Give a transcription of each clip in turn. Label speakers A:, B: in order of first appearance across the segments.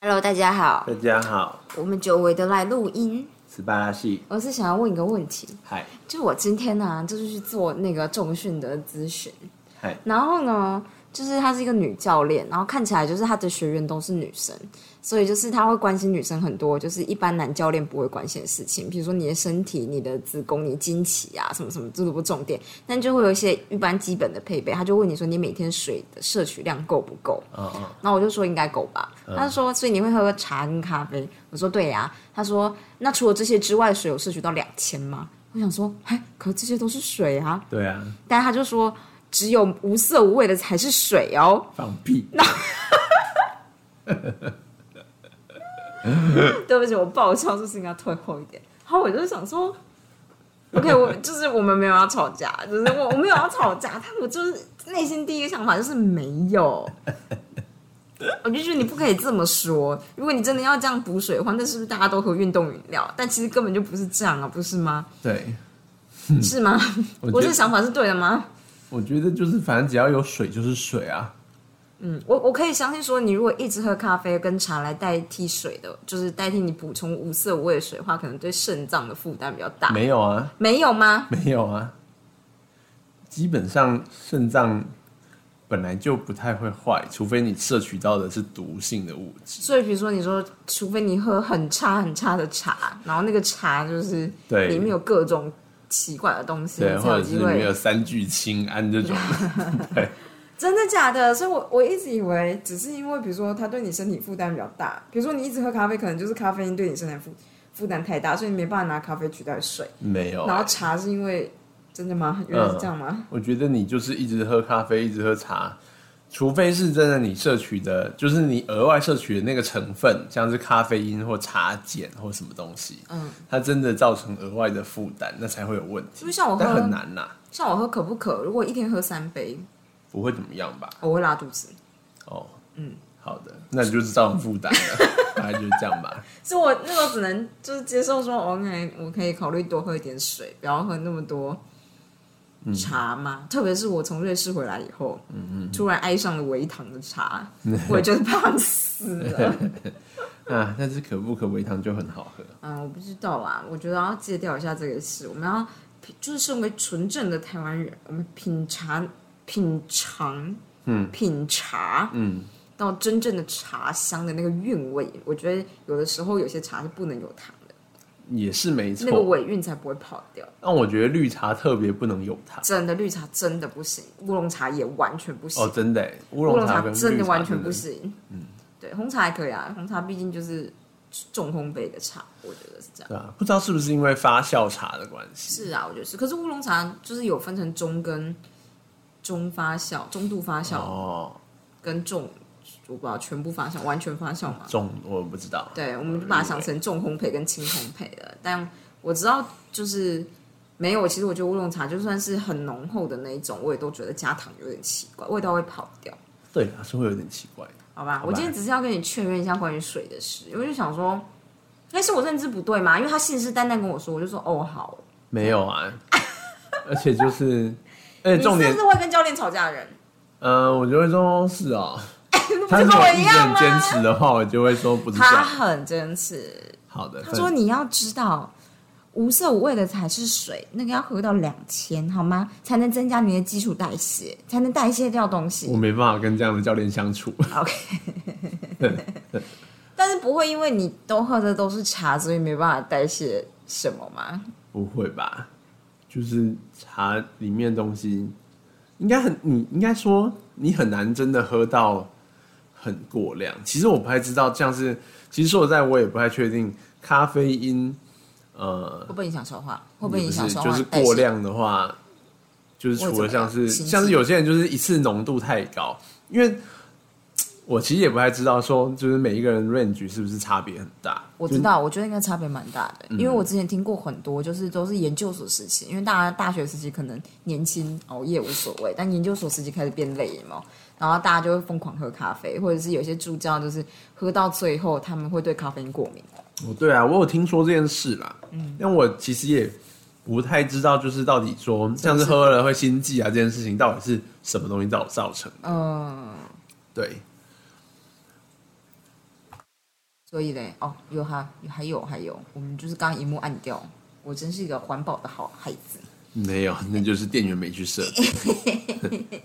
A: Hello，大家好，
B: 大家好，
A: 我们久违的来录音。
B: 斯巴拉系，
A: 我是想要问一个问题，
B: 嗨
A: 就是我今天呢、就是去做那个重训的咨询
B: 嗨，
A: 然后呢，就是她是一个女教练，然后看起来就是她的学员都是女生，所以就是她会关心女生很多，就是一般男教练不会关心的事情，比如说你的身体、你的子宫、你经期啊，什么什么，这都不重点，但就会有一些一般基本的配备，他就问你说你每天水的摄取量够不够？
B: 哦哦，
A: 然后我就说应该够吧。他就说，所以你会喝茶跟咖啡？我说对呀、他说，那除了这些之外，水有摄取到两千吗？我想说，哎，可这些都是水啊。
B: 对啊，
A: 但他就说，只有无色无味的才是水哦。
B: 放屁，
A: 对不起，我爆笑，是不是应该退后一点？然后我就想说，OK，我就是我们没有要吵架，就是我我没有要吵架，但我就是内心第一个想法就是没有。我就觉得你不可以这么说。如果你真的要这样补水的话，那是不是大家都喝运动饮料？但其实根本就不是这样啊，不是吗？
B: 对，
A: 是吗？
B: 嗯我
A: 我
B: 觉
A: 这
B: 得
A: 想法是对的吗？
B: 我觉得就是反正只要有水就是水啊，
A: 嗯我我可以相信说，你如果一直喝咖啡跟茶来代替水的，就是代替你补充无色无味的水的话，可能对肾脏的负担比较大。
B: 没有啊，
A: 没有吗？
B: 没有啊，基本上肾脏本来就不太会坏，除非你摄取到的是毒性的物质，
A: 所以，比如说，你说，除非你喝很差很差的茶，然后那个茶就是
B: 对
A: 里面有各种奇怪的东西，
B: 对，
A: 才
B: 或
A: 有
B: 者是
A: 机
B: 里面
A: 会
B: 有。三聚氰胺这种，
A: 真的假的？所以我我一直以为只是因为，比如说，它对你身体负担比较大，比如说你一直喝咖啡，可能就是咖啡因对你身体负负担太大，所以你没办法拿咖啡取代水。
B: 没有啊
A: 然。后茶是因为真的吗？原来是这样吗？
B: 我觉得你就是一直喝咖啡，一直喝茶，除非是真的你摄取的，就是你额外摄取的那个成分，像是咖啡因或茶碱或什么东西，
A: 嗯，
B: 它真的造成额外的负担，那才会有问题
A: 是。不是像我
B: 但很
A: 喝，
B: 难呐、
A: 像我喝可不可？如果一天喝三杯，
B: 不会怎么样吧？
A: 我会拉肚子。
B: 哦，嗯，好的，那你就是造成负担了， 大概就是这样吧。
A: 所以我那时候只能就是接受说，OK，我可以考虑多喝一点水，不要喝那么多茶嘛。特别是我从瑞士回来以后，突然爱上了微糖的茶，我也觉得胖死了。
B: 啊，但是可不可微糖就很好喝，
A: 嗯，我不知道啊，我觉得要戒掉一下这个事。我们要就是身为纯正的台湾人，我们品茶、品尝、嗯，品茶，
B: 嗯，
A: 到真正的茶香的那个韵味，我觉得有的时候有些茶是不能有糖的。
B: 也是没
A: 那个
B: 错。
A: 尾韵才不会跑掉。
B: 但我觉得绿茶特别不能有糖。
A: 真的绿茶真的不行，乌龙茶也完全不行，
B: 哦，真的耶，乌
A: 乌
B: 龙
A: 龙
B: 茶
A: 茶
B: 跟绿茶
A: 真的完全不行。嗯，对，红茶还可以啊，红茶毕竟就是重烘焙的茶，我觉得是这样。
B: 对啊，不知道是不是因为发酵茶的关系。
A: 是啊，我觉得是。可是乌龙茶就是有分成中跟中发酵、中度发酵、
B: 哦，
A: 跟重，我不知道全部发酵、完全发酵嘛。
B: 重我不知道。
A: 对，我们就把它想成重烘焙跟轻烘焙的。但我知道就是没有，其实我觉得乌龙茶就算是很浓厚的那一种，我也都觉得加糖有点奇怪，味道会跑掉。
B: 对啊，是会有点奇怪。
A: 好吧，
B: 好吧
A: 我今天只是要跟你确认一下关于水的事，因为就想说，那是我认知不对嘛？因为他信誓旦旦跟我说，我就说哦好。
B: 没有啊，而且就是，而且
A: 你是
B: 重
A: 不
B: 点
A: 是，会跟教练吵架的人？
B: 呃，我就会说是 哦。
A: 不
B: 他
A: 是
B: 如
A: 跟
B: 果
A: 我一
B: 一直
A: 样
B: 很坚
A: 吗？
B: 持的话，我就会说不是这啊
A: 他
B: 样。
A: 很坚持，
B: 好的，
A: 他说
B: 分
A: 你要知道，无色无味的才是水，那个要喝到两千好吗？才能增加你的基础代谢，才能代谢掉东
B: 我
A: 西。
B: 没办法跟这样的教练相处。
A: 但是不会因为你都喝的都是茶，所以没办法代谢什么吗？
B: 不会吧？就是茶里面的东西，应该很你应该说你很难真的喝到很过量。其实我不太知道，像是其实说实在，我也不太确定咖啡因，呃，
A: 会不会影响消化？会不
B: 也不
A: 会影响
B: 是
A: 消化？
B: 就是
A: 代谢
B: 过量的话，就是
A: 会
B: 除
A: 怎
B: 了
A: 么样
B: 像是
A: 心悸
B: 像是有些人就是一次浓度太高，因为我其实也不太知道说就是每一个人 range 是不是差别很大。
A: 我知道，我觉得应该差别蛮大的，因为我之前听过很多，就是都是研究所时期，因为大家大学时期可能年轻熬夜无所谓，但研究所时期开始变累了嘛，然后大家就会疯狂喝咖啡，或者是有些助教就是喝到最后他们会对咖啡因过敏。
B: 哦，对啊，我有听说这件事啦。嗯，但我其实也不太知道，就是到底说像是喝了会心悸啊这件事情，到底是什么东西
A: 呃
B: 造造成的？
A: 嗯、
B: 对，
A: 所以嘞，哦，有哈，还有还有，我们就是刚刚荧幕按掉，我真是一个环保的好孩子，
B: 没有， 那就是店员没去设计。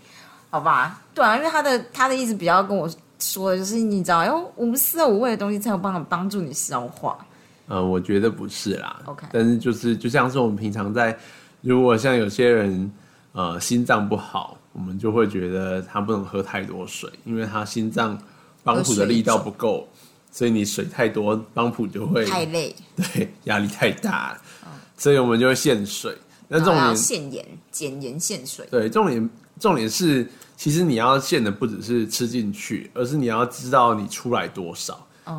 A: 好吧？对啊，因为他的他的意思比较跟我说的就是，你知道，要我们四到五味的东西才有办法帮助你消化。
B: 呃，我觉得不是啦。
A: OK
B: 但是就是就像是我们平常在，如果像有些人呃心脏不好，我们就会觉得他不能喝太多水，因为他心脏帮浦的力道不够，所以你水太多，帮浦就会
A: 嗯太累，
B: 对压力太大，所以我们就会限水。那重
A: 哦然后要
B: 点
A: 限盐、减盐、限水。
B: 对，重点重点是，其实你要限的不只是吃进去，而是你要知道你出来多少，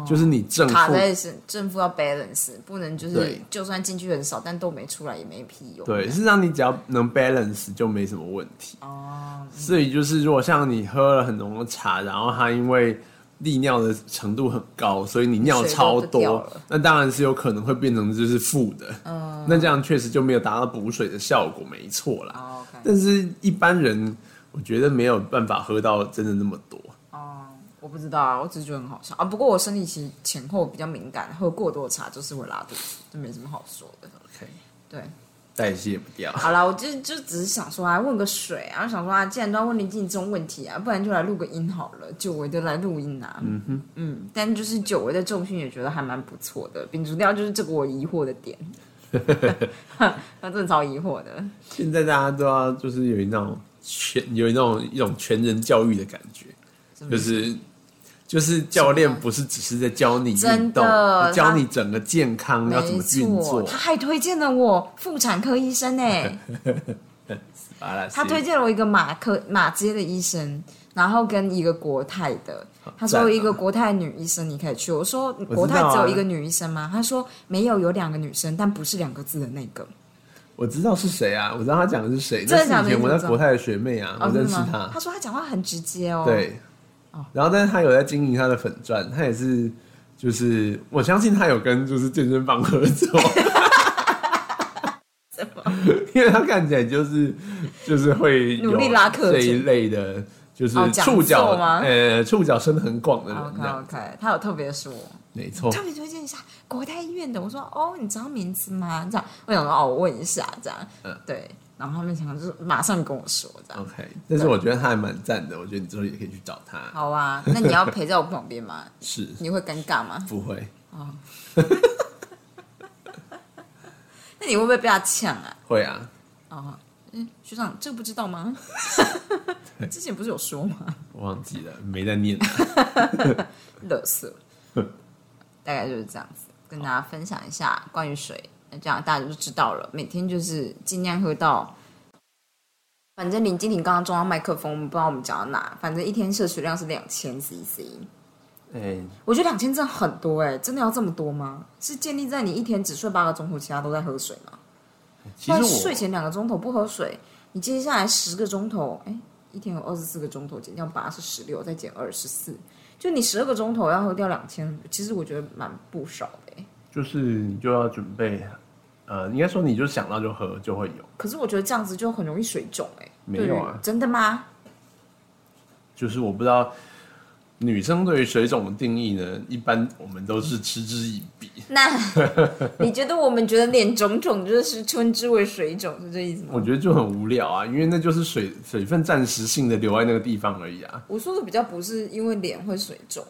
B: 就是你正
A: 哦卡
B: 负
A: 在是政府要 balance，不能就是
B: 对
A: 就算进去很少，但都没出来也没屁用。
B: 对，事实上你只要能 balance 就没什么问题。
A: 哦，
B: 所以就是，如果像你喝了很浓的茶，然后它因为利尿的程度很高，所以你尿超
A: 水都掉
B: 多
A: 了，
B: 那当然是有可能会变成就是负的。嗯，那这样确实就没有达到补水的效果，没错啦。
A: 哦，OK，
B: 但是一般人，我觉得没有办法喝到真的那么多。
A: 哦，我不知道啊，我只是觉得很好笑啊。不过我生理期前后比较敏感，喝过多的茶就是会拉肚子，这没什么好说的。
B: OK，
A: 对，
B: 代谢不 掉。
A: 好啦，我就就只是想说啊，问个水啊，想说啊，既然都要问林静这种问题啊，不然就来录个音好了，久违的来录音啊。嗯哼，嗯，但就是久违的重训也觉得还蛮不错的，摒除掉就是这个我疑惑的 点， 那真的超疑惑的。
B: 现在大家都要就是有一那种全有一那种一种全人教育的感觉，就是就是教练不是只是在教你运
A: 真
B: 动
A: 的，
B: 教你整个健康要怎么
A: 没
B: 运
A: 错，
B: 作。
A: 他还推荐了我妇产科医生呢、欸
B: 巴拉西
A: 他推荐了我一个马科马街的医生，然后跟一个国泰的。他
B: 赞
A: 说
B: 啊
A: 一个国泰女医生你可以去，我说
B: 道啊
A: 国泰只有一个女医生吗？他说没有，有两个女生，但不是两个字的那个。
B: 我知道是谁啊，我知道他讲的是谁，
A: 真
B: 那
A: 的
B: 是
A: 假的
B: 以前我在
A: 你怎么知道
B: 国泰的学妹啊，
A: 哦，
B: 我
A: 真
B: 认
A: 的
B: 识
A: 吗？
B: 她，
A: 他说他讲话很直接哦。，
B: 对，然后但是她有在经营她的粉钻，她也是就是我相信她有跟就是健身房合作，
A: 怎么？
B: 因为他看起来就是就是会有
A: 努力拉客群
B: 这一类的，就是
A: 哦讲座
B: 触角、
A: 吗哦
B: 呃触角伸得很广的人
A: OK
B: 这样，
A: OK，他有特别说，
B: 没错。
A: 特别推荐一下国泰医院的。我说哦，你知道名字吗？这样，我想说哦，我问一下这样。
B: 嗯
A: 对，然后他们想就是马上跟我说这样。
B: OK，但是我觉得他还蛮赞的，我觉得你之后也可以去找他。
A: 好啊，那你要陪在我旁边吗？
B: 是
A: 你会尴尬吗？
B: 不会
A: 那你会不会被他呛啊？
B: 会啊？
A: 哦，嗯，学长，这个不知道吗？之前不是有说吗？
B: 我忘记了，没在念、啊。
A: 乐色， 大概就是这样子，跟大家分享一下关于水，那这样大家就知道了。每天就是尽量喝到，反正林静婷刚刚装到麦克风，我们不知道我们讲到哪，反正一天摄取量是两千 CC，
B: 哎、
A: 我觉得两千真的很多哎、真的要这么多吗？是建立在你一天只睡八个钟头，其他都在喝水吗？
B: 其
A: 但
B: 实
A: 睡
B: 我
A: 前两个钟头不喝水，你接下来十个钟头，哎，一天有二十四个钟头，减掉八是十六，再减二十四，就你十二个钟头要喝掉两千，其实我觉得蛮不少的欸诶。
B: 就是你就要准备，呃，应该说你就想到就喝就会有，
A: 可是我觉得这样子就很容易水肿哎。
B: 没
A: 对于
B: 有啊
A: 真的吗？
B: 就是我不知道女生对于水肿的定义呢，一般我们都是嗤之以鼻。
A: 那你觉得我们觉得脸肿肿就是称之为水肿是这意思吗？
B: 我觉得就很无聊啊，因为那就是水水分暂时性的留在那个地方而已啊，
A: 我说的比较不是因为脸会水肿，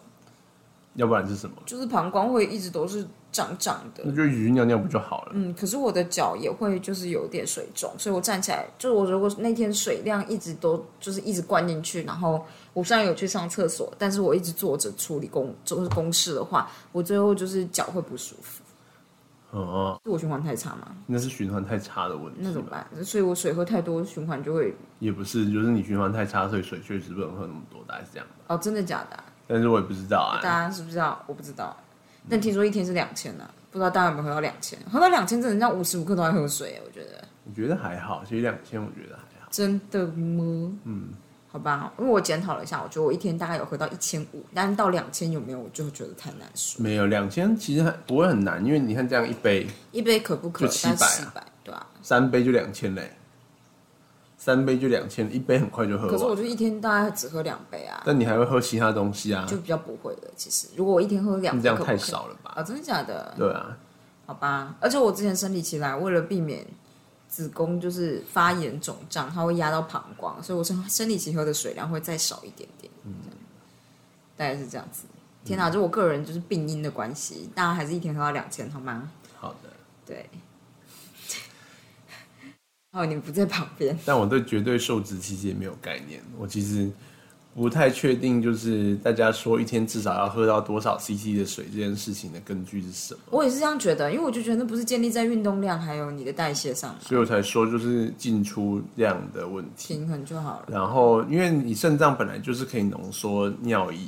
B: 要不然是什么？
A: 就是膀胱会一直都是胀胀的
B: 那。就鱼尿尿不就好了？
A: 嗯，可是我的脚也会就是有点水肿，所以我站起来，就是我如果那天水量一直都就是一直灌进去，然后我虽然有去上厕所，但是我一直坐着处理公就是公事的话，我最后就是脚会不舒服，
B: 哦，
A: 是我循环太差嘛？
B: 那是循环太差的问题。
A: 那怎么？办？所以我水喝太多，循环就会
B: 也不是，就是你循环太差，所以水确实不能喝那么多，大概是这样吧。
A: 哦，真的假的啊、
B: 但是我也不知道
A: 大
B: 啊，
A: 家知不知道？我不知道，但听说一天是两千呢，不知道大家有没有喝到两千？喝到两千真的像无时无刻都在喝水，我觉得。
B: 我觉得还好，其实两千我觉得还好。
A: 真的吗？嗯，好吧，因为我检讨了一下，我觉得我一天大概有喝到一千五，但是到两千有没有，我就觉得太难说。
B: 没有两千其实还不会很难，因为你看这样一杯
A: 一杯可不可？
B: 就700
A: 但
B: 啊
A: 七百，对啊，
B: 三杯就两千嘞，三杯就两千，一杯很快就喝
A: 可是我
B: 完。
A: 就一天大概只喝两杯啊，
B: 但你还会喝其他东西啊
A: 就？比较不会了。其实如果我一天喝两
B: 你
A: 杯，
B: 这样
A: 可不
B: 太
A: 可以
B: 少了吧？
A: 啊，真的假的？
B: 对啊，
A: 好吧，而且我之前生理期来，为了避免子宫就是发炎肿胀，它会压到膀胱，所以我生生理期喝的水量会再少一点点，嗯，大概是这样子。天
B: 嗯
A: 哪、就我个人就是病因的关系，大家还是一天喝到两千，好吗？
B: 好的。
A: 对。 哦，你不在旁边，
B: 但我对绝对数值其实也没有概念，我其实不太确定，就是大家说一天至少要喝到多少 CC 的水这件事情的根据是什么，
A: 我也是这样觉得，因为我就觉得那不是建立在运动量还有你的代谢上嘛，
B: 所以我才说就是进出量的问题。
A: 平衡就好了。
B: 然后，因为你肾脏本来就是可以浓缩尿液，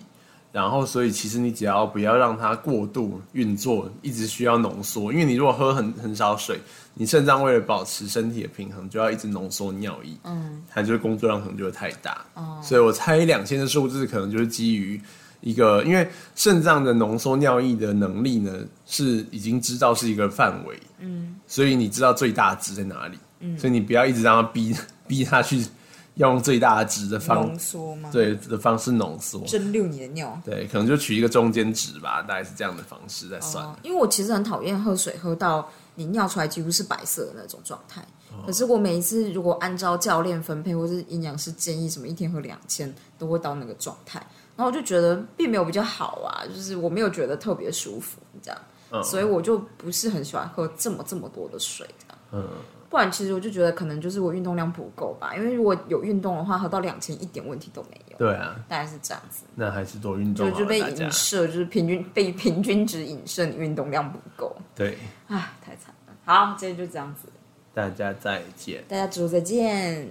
B: 然后所以其实你只要不要让它过度运作，一直需要浓缩。因为你如果喝很很少水，你肾脏为了保持身体的平衡，就要一直浓缩尿液，
A: 嗯，
B: 它就是工作量可能就会太大。
A: 哦
B: 所以我猜两千的数字可能就是基于一个，因为肾脏的浓缩尿液的能力呢，是已经知道是一个范围，
A: 嗯，
B: 所以你知道最大值在哪里，嗯，所以你不要一直让它逼 逼它去用最大值的方
A: 浓缩吗？，
B: 对的方式浓缩，
A: 蒸馏你的尿。
B: 对，可能就取一个中间值吧，大概是这样的方式在算。
A: 哦，因为我其实很讨厌喝水，喝到你尿出来几乎是白色的那种状态。
B: 哦
A: 可是我每一次如果按照教练分配或是营养师建议什么一天喝两千，都会到那个状态。然后我就觉得并没有比较好啊，就是我没有觉得特别舒服这样，
B: 嗯
A: 所以我就不是很喜欢喝这么这么多的水这样。
B: 嗯，
A: 不然其实我就觉得可能就是我运动量不够吧，因为如果有运动的话，喝到两千一点问题都没有，
B: 对啊，
A: 大概是这样子。
B: 那还是多运动
A: 就
B: 好
A: 就
B: 了，
A: 被
B: 大家
A: 影射，就是平均被平均值影射，你运动量不够，
B: 对，
A: 唉，太惨了。好，今天就这样子，
B: 大家再见，
A: 大家之后再见，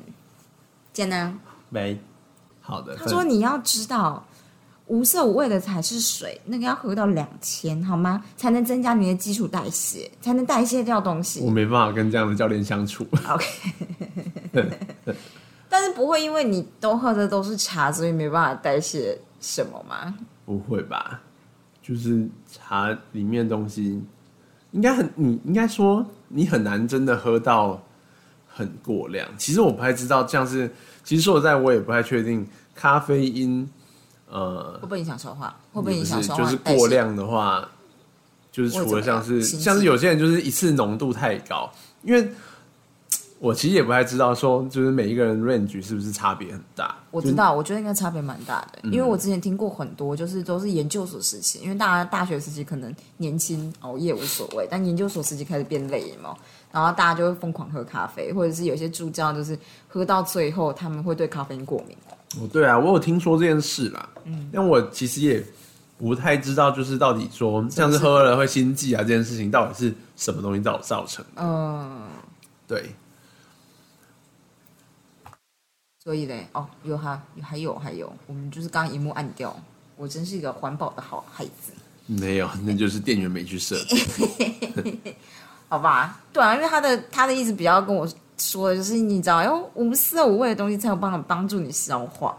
A: 见呢。
B: 没好的，
A: 他说你要知道，无色无味的才是水，那个要喝到两千好吗？才能增加你的基础代谢，才能代谢掉东
B: 我
A: 西。
B: 没办法跟这样的教练相处。
A: OK，但是不会因为你都喝的都是茶，所以没办法代谢什么吗？
B: 不会吧？就是茶里面东西，应该很你应该说你很难真的喝到很过量。其实我不太知道，像是其实说实在，我也不太确定咖啡因，呃
A: 会，不会影响消化？会
B: 会
A: 不会影响消化？
B: 就是过。量的话，就是除了像
A: 会
B: 是
A: 怎么样
B: 像是有些人就是一次浓度太高，因为。我其实也不太知道，说就是每一个人 range 是不是差别很大。
A: 我知道，我觉得应该差别蛮大的，因为我之前听过很多，就是都是研究所时期，因为大家大学时期可能年轻熬夜无所谓，但研究所时期开始变累嘛，然后大家就会疯狂喝咖啡，或者是有些助教就是喝到最后他们会对咖啡因过敏。
B: 哦，对啊，我有听说这件事啦。嗯，但我其实也不太知道，就是到底说像是喝了会心悸啊这件事情，到底是什么东西造造成的？
A: 嗯，
B: 对，
A: 所以嘞，哦，有哈，还有还有，我们就是刚刚荧幕按掉，我真是一个环保的好孩子。
B: 没有，那就是店员没去设 计。
A: 好吧，对啊，因为他的他的意思比较跟我说的就是，你知道，哎要无色无啊味的东西才有办法帮助你消化。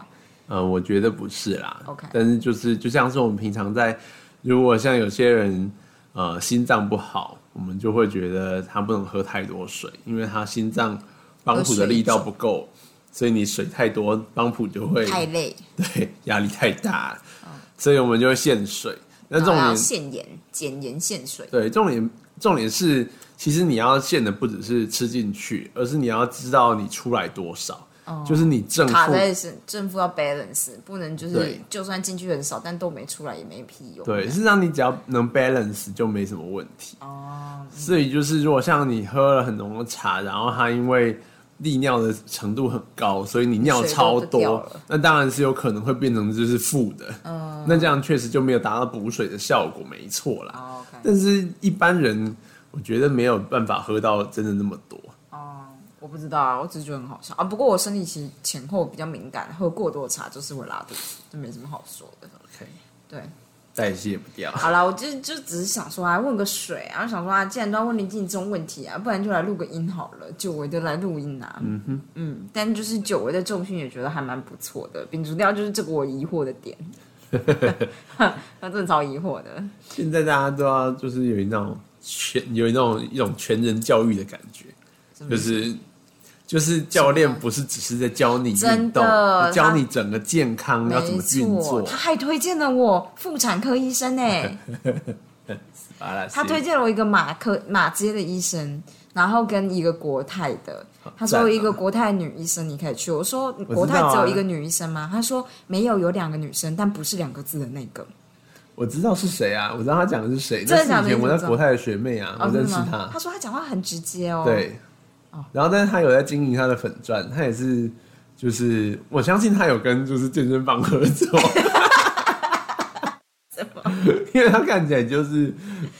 B: 呃，我觉得不是啦。
A: OK
B: 但是就是就像是我们平常在，如果像有些人呃心脏不好，我们就会觉得他不能喝太多水，因为他心脏帮浦的力道不够，所以你水太多，帮浦就会
A: 太累，
B: 对，压力太大了，
A: 哦
B: 所以我们就会限水。那
A: 然后
B: 重
A: 要
B: 点
A: 限盐、减盐、限水。
B: 对重点重点是，其实你要限的不只是吃进去，而是你要知道你出来多少，就是你正
A: 哦卡
B: 负
A: 在是政府要 balance，不能就是
B: 对
A: 就算进去很少，但都没出来也没屁用。
B: 对，事实上你只要能 balance 就没什么问题。
A: 哦，
B: 所以就是，如果像你喝了很浓的茶，然后它因为利尿的程度很高，所以你尿
A: 水都
B: 超
A: 都掉
B: 多
A: 了，
B: 那当然是有可能会变成就是负的。嗯，那这样确实就没有达到补水的效果，没错啦。
A: 哦，OK，
B: 但是一般人，我觉得没有办法喝到真的那么多。
A: 哦，我不知道啊，我只是觉得很好笑啊。不过我生理期前后比较敏感，喝过多的茶就是会拉肚子，这没什么好说的。
B: OK，
A: 对，
B: 代谢不掉。
A: 好啦，我就就只是想说啊，问个水啊，想说啊，既然都要问林静这种问题啊，不然就来录个音好了，久违的来录音啊。嗯哼，嗯，但就是久违的重训也觉得还蛮不错的，摒除掉就是这个我疑惑的点， 那真的超疑惑的。
B: 现在大家都要就是有一种全有一种一种全人教育的感觉，就是就是教练不是只是在教你运
A: 真
B: 动
A: 的，
B: 教你整个健康要怎
A: 没
B: 么运
A: 错，
B: 作。
A: 他还推荐了我妇产科医生呢、
B: 好啦
A: 他推荐了我一个马科马街的医生，然后跟一个国泰的。他
B: 赞啊
A: 说一个国泰女医生你可以去，我说国泰只有一个女医生吗？他说没有，有两个女生，但不是两个字的那个。
B: 我知道是谁啊，我知道他讲的是谁，
A: 真
B: 那
A: 的
B: 是
A: 假的
B: 以前
A: 你
B: 我
A: 怎么
B: 在
A: 知道
B: 国泰的学妹啊，
A: 哦
B: 我
A: 真
B: 认
A: 的
B: 识
A: 吗
B: 她
A: 他。说他讲话很直接哦。，
B: 对，然后但是他有在经营他的粉钻，他也是就是我相信他有跟就是健身房合 作，因为他看起来就是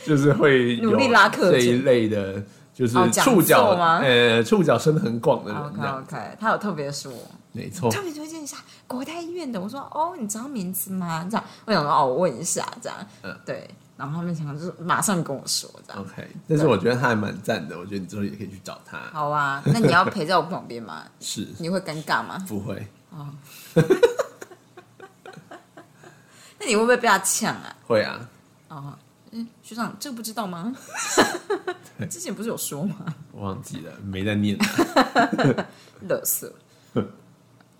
B: 就是会有
A: 努力拉客
B: 这
A: 群
B: 一类的，就是
A: 哦讲座
B: 触角、
A: 吗
B: 呃触角伸得很广 的人
A: OK
B: 这样，
A: OK，他有特别说，
B: 没错。
A: 特别推荐一下国泰医院的。我说哦，你知道名字吗？这样，我想说哦，我问一下这样。
B: 嗯
A: 对，然后他们想就是马上跟我说这样。
B: OK，但是我觉得他还蛮赞的，我觉得你之后也可以去找他。
A: 好啊，那你要陪在我旁边吗？
B: 是，
A: 你会尴尬吗？
B: 不会，
A: 那你会不会被他呛啊？
B: 会啊，
A: 哦，嗯，学长，这个不知道吗？之前不是有说吗？
B: 我忘记了，没在念啊。
A: 乐色，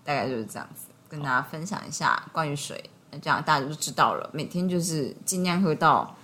A: 大概就是这样子，跟大家分享一下关于水。那这样大家就知道了，每天就是尽量喝到